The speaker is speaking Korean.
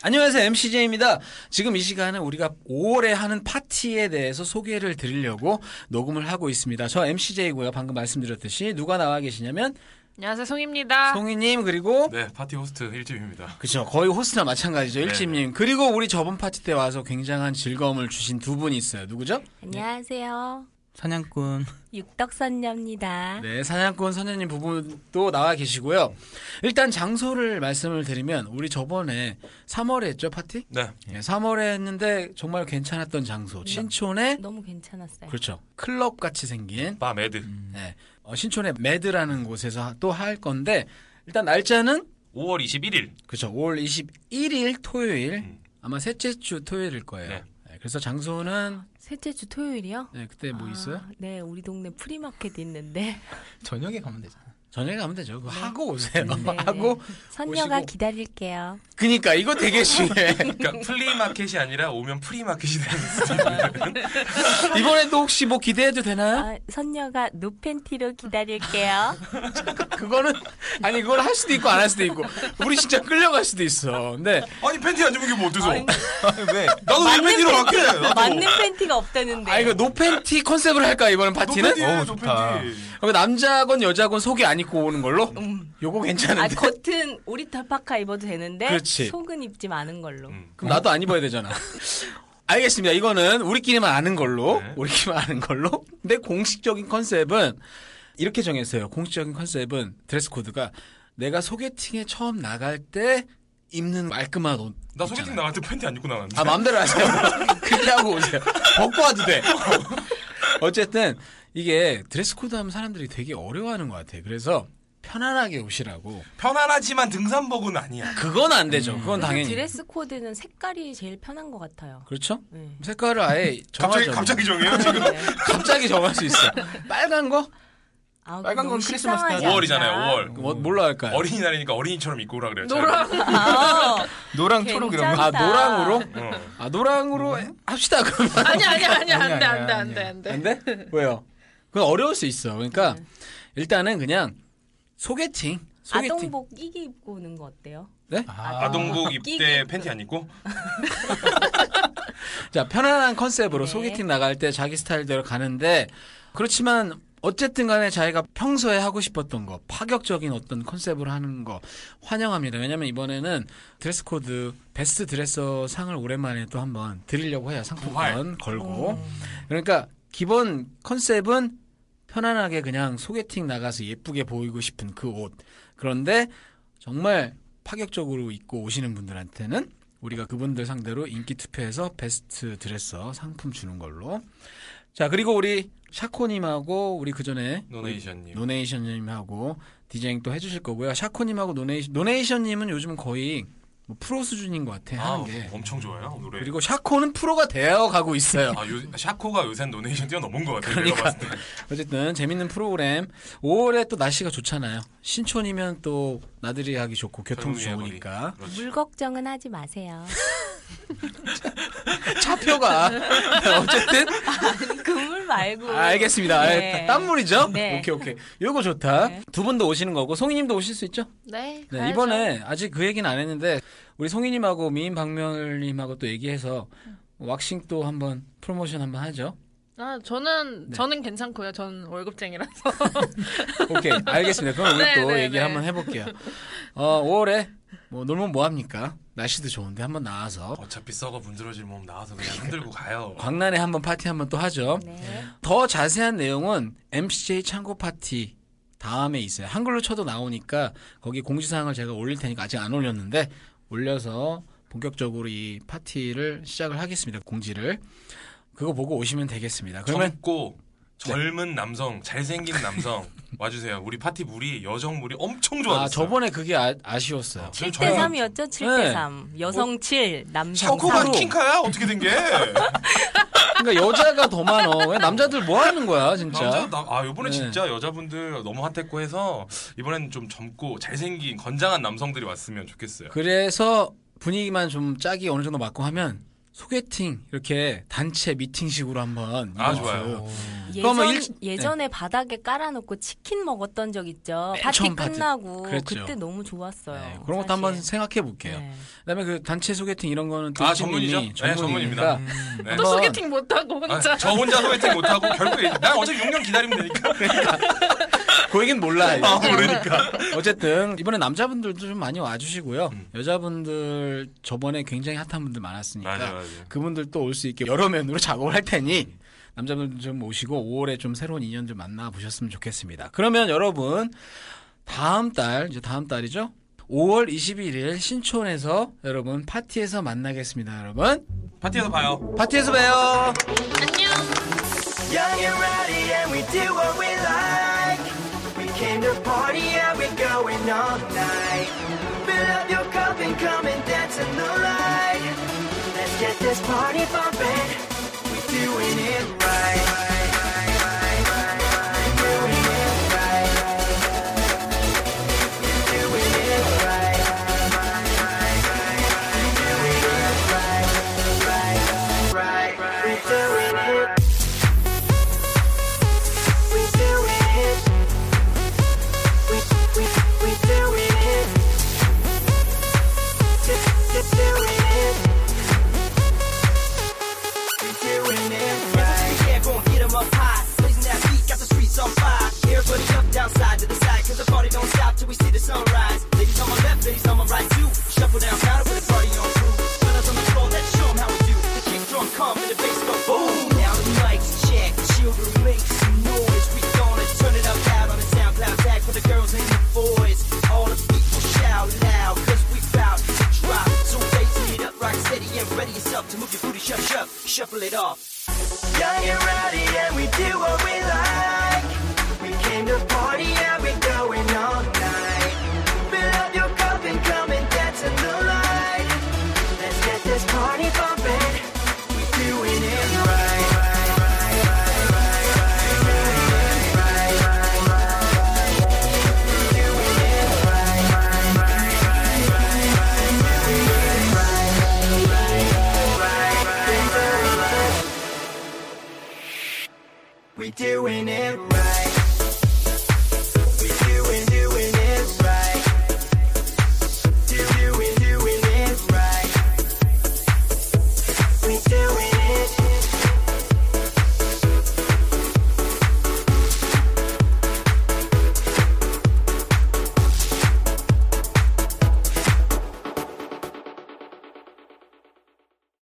안녕하세요. MCJ입니다. 지금 이 시간에 우리가 5월에 하는 파티에 대해서 소개를 드리려고 녹음을 하고 있습니다. 저 MCJ고요. 방금 말씀드렸듯이 누가 나와 계시냐면 안녕하세요 아. 송입니다. 송이님 그리고 네, 파티 호스트 일집입니다 그쵸 거의 호스나 마찬가지죠. 일집님 그리고 우리 저번 파티 때 와서 굉장한 즐거움을 주신 두 분이 있어요. 누구죠? 안녕하세요. 사냥꾼. 육덕선녀입니다. 네, 사냥꾼 선녀님 부부도 나와 계시고요. 일단 장소를 말씀을 드리면 우리 저번에 3월에 했죠 파티? 네. 예, 3월에 했는데 정말 괜찮았던 장소 네. 신촌에 너무 괜찮았어요. 그렇죠 클럽 같이 생긴 바 매드. 네. 어, 신촌의 매드라는 곳에서 또 할 건데 일단 날짜는 5월 21일. 그쵸 5월 21일 토요일 음. 아마 셋째 주 토요일일 거예요. 네. 네, 그래서 장소는 셋째 주 토요일이요? 네, 그때 뭐 아, 있어요? 네, 우리 동네 프리마켓 있는데 저녁에 가면 되잖아. 저녁에 가면 되죠. 그거 하고 오세요. 네. 하고 선녀가 오시고. 기다릴게요. 그니까 이거 되게 중요해. 그러니까 플리마켓이 아니라 오면 프리마켓이 되는 이번에도 혹시 뭐 기대해도 되나요? 아, 선녀가 노팬티로 기다릴게요. 아. 그거는 아니 그걸 할 수도 있고 안 할 수도 있고 우리 진짜 끌려갈 수도 있어. 근데 아니 팬티 안 입은 게 뭐 어때서? 왜? 나도 왜 팬티로 갈게. 맞는 팬티가 없다는데. 네, 아 이거 노팬티 컨셉으로 할까 이번엔 파티는? 어우, 좋다. 그럼 남자건 여자건 속이 안 입고 오는 걸로? 음. 요거 괜찮은데. 아, 겉은 오리털 파카 입어도 되는데 그렇지. 음. 속은 입지 마는 걸로. 그럼 나도 안 입어야 되잖아. 알겠습니다. 이거는 우리끼리만 아는 걸로, 네. 우리끼리만 아는 걸로. 근데 공식적인 컨셉은 이렇게 정했어요. 공식적인 컨셉은 드레스 코드가 내가 소개팅에 처음 나갈 때 입는 말끔한 옷. 나 소개팅 있잖아요. 나갈 때 팬티 안 입고 나갔는데. 아 마음대로 하세요. 그렇게 하고 오세요. 벗고 와도 돼. 어쨌든 이게 드레스 코드 하면 사람들이 되게 어려워하는 것 같아요. 그래서 편안하게 오시라고. 음. 편안하지만 등산복은 아니야. 그건 안 되죠. 그건 당연히. 드레스 코드는 색깔이 제일 편한 것 같아요. 그렇죠? 네. 색깔을 아예 갑자기 정하죠. 갑자기 정해요 지금. 네. 갑자기 정할 수 있어. 빨간 거? 아, 빨간 너무 건 크리스마스 식상하지 때 5월이잖아요. 않나? 5월. 뭐, 뭘로 할까요? 네. 어린이날이니까 어린이처럼 입고 오라 그래요. 노랑. 아, 노랑 초록 이런 거. 아, 노랑으로? 어. 아, 노랑으로 합시다, 그러면. 아니 아니 아니 아니야, 안돼 안돼 아니야, 안돼 아니야. 안돼. 안 돼? 왜요? 그건 어려울 수 있어. 그러니까, 음. 일단은 그냥, 소개팅. 소개팅. 아동복 이기 입고 오는 거 어때요? 네? 아동복 입대 팬티 안 입고? 자, 편안한 컨셉으로 네. 소개팅 나갈 때 자기 스타일대로 가는데, 그렇지만, 어쨌든 간에 자기가 평소에 하고 싶었던 거, 파격적인 어떤 컨셉으로 하는 거, 환영합니다. 왜냐면 이번에는 드레스 코드, 베스트 드레서 상을 오랜만에 또 한번 드리려고 해요. 상품권 걸고. 그러니까, 기본 컨셉은 편안하게 그냥 소개팅 나가서 예쁘게 보이고 싶은 그 옷. 그런데, 정말 파격적으로 입고 오시는 분들한테는 우리가 그분들 상대로 인기 투표해서 베스트 드레서 상품 주는 걸로. 자, 그리고 우리 샤코님하고 우리 그 전에 노네이션님. 노네이션님하고 디자인 또 해주실 거고요. 샤코님하고 노네이션, 노네이션님은 요즘 거의 뭐 프로 수준인 것 같아, 아, 하는 게. 엄청 좋아요 노래. 그리고 샤코는 프로가 되어 가고 있어요. 아, 요, 샤코가 요새 노네이션 뛰어넘은 것 같아요. 내가 봤을 때. 어쨌든 재밌는 프로그램. 5월에 또 날씨가 좋잖아요. 신촌이면 또 나들이 하기 좋고 교통 젊은이의 거리. 그렇죠. 좋으니까. 그렇지. 물 걱정은 하지 마세요. 차표가 어쨌든 그물 말고. 알겠습니다. 아이, 네. 땀물이죠? 네. 오케이, 오케이. 요거 좋다. 네. 두 분도 오시는 거고, 송이님도 오실 수 있죠? 네. 네, 가야죠. 이번에 아직 그 얘기는 안 했는데, 우리 송이님하고 미인 박멸님하고 또 얘기해서, 왁싱 또 한번 프로모션 한번 하죠. 아 네. 저는 저는 괜찮고요. 전 월급쟁이라서. 오케이, 알겠습니다. 그럼 오늘 네, 또 네, 얘기를 네. 한번 해볼게요. 어, 5월에, 뭐, 놀면 뭐합니까? 날씨도 좋은데 한번 나와서, 어차피 썩어 문드러질 몸 나와서 그냥 그러니까. 흔들고 가요. 광란에 한번 파티 한번 또 하죠. 네. 더 자세한 내용은 MCJ 창고 파티 다음에 있어요. 한글로 쳐도 나오니까 거기 공지사항을 제가 올릴 테니까 아직 안 올렸는데 올려서 본격적으로 이 파티를 시작을 하겠습니다. 공지를 그거 보고 오시면 되겠습니다. 그러면 네. 젊고 젊은 남성, 잘생긴 남성 와주세요. 우리 파티 물이 여정 물이 엄청 좋아졌어요. 아 저번에 그게 아, 쉬웠어요 7대 네. 3이었죠? 7대 3. 여성 7, 남성 샤코가 3. 킹카야? 어떻게 된 게? 그러니까 여자가 더 많어. 왜 남자들 뭐 하는 거야 남자 진짜? 나, 아 요번에 네. 진짜 여자분들 너무 핫했고 해서 이번엔 좀 젊고 잘생긴 건장한 남성들이 왔으면 좋겠어요. 그래서 분위기만 좀 짝이 어느 정도 맞고 하면 소개팅 이렇게 단체 미팅식으로 한번. 아, 이벤트. 좋아요. 어. 그거 예전, 뭐 일- 예전에 바닥에 깔아놓고 치킨 먹었던 적 있죠. 맨 파티 네, 처음 파티. 끝나고 그랬죠. 그때 너무 좋았어요. 네, 그런 것도 한번 사실. 생각해 볼게요. 네. 그다음에 그 단체 소개팅 이런 거는 아, 동진님이 전문이죠? 네, 그 전문이니까 전문입니다. 네. 또 소개팅 못하고 아, 혼자. 저 혼자 소개팅 못하고 결국 난 어차피 6년 기다리면 되니까. 그러니까. 그 얘기는 몰라. 이제. 아, 그러니까. 어쨌든 이번에 남자분들도 좀 많이 와주시고요. 음. 여자분들 저번에 굉장히 핫한 분들 많았으니까 맞아 맞아. 그분들 또 올 수 있게 여러 면으로 작업을 할 테니 남자분들 좀 오시고 5월에 좀 새로운 인연들 만나 보셨으면 좋겠습니다. 그러면 여러분 다음 달 이제 다음 달이죠. 5월 21일 신촌에서 여러분 파티에서 만나겠습니다, 여러분. 파티에서 봐요. 파티에서 봬요. Young and rowdy and we do what we like. We came to party and we're going all night. Fill up your cup and come and dance in the light. Let's get this party bumping. We're doing it right. Doing it right. Doing it right. Doing it right. Right, right. We're doing it we do it. We we we do it. Do do do it. We doing it right. Yeah, go and get 'em up high. Blazing that beat, got the streets on fire. Everybody jump down side to the side, cause the party don't stop till we see the sunrise. Ladies on my left, ladies on my right too. Shuffle down counter with the party on crew. Winners on the floor, let's show 'em how we do. The kick drum come and the bass go boom. Now the lights check, children make some noise. We gonna turn it up loud on the SoundCloud tag for the girls and the boys. All the people shout loud, cause we bout to drop. So raise it up, rock steady and ready yourself to move your booty, shuff, shuff, shuffle it off. Young and rowdy and we do what we like. We came to party and we're going all night. Fill up your cup and come and dance in the light. Let's get this party bumping. We doing it right. We doing it right.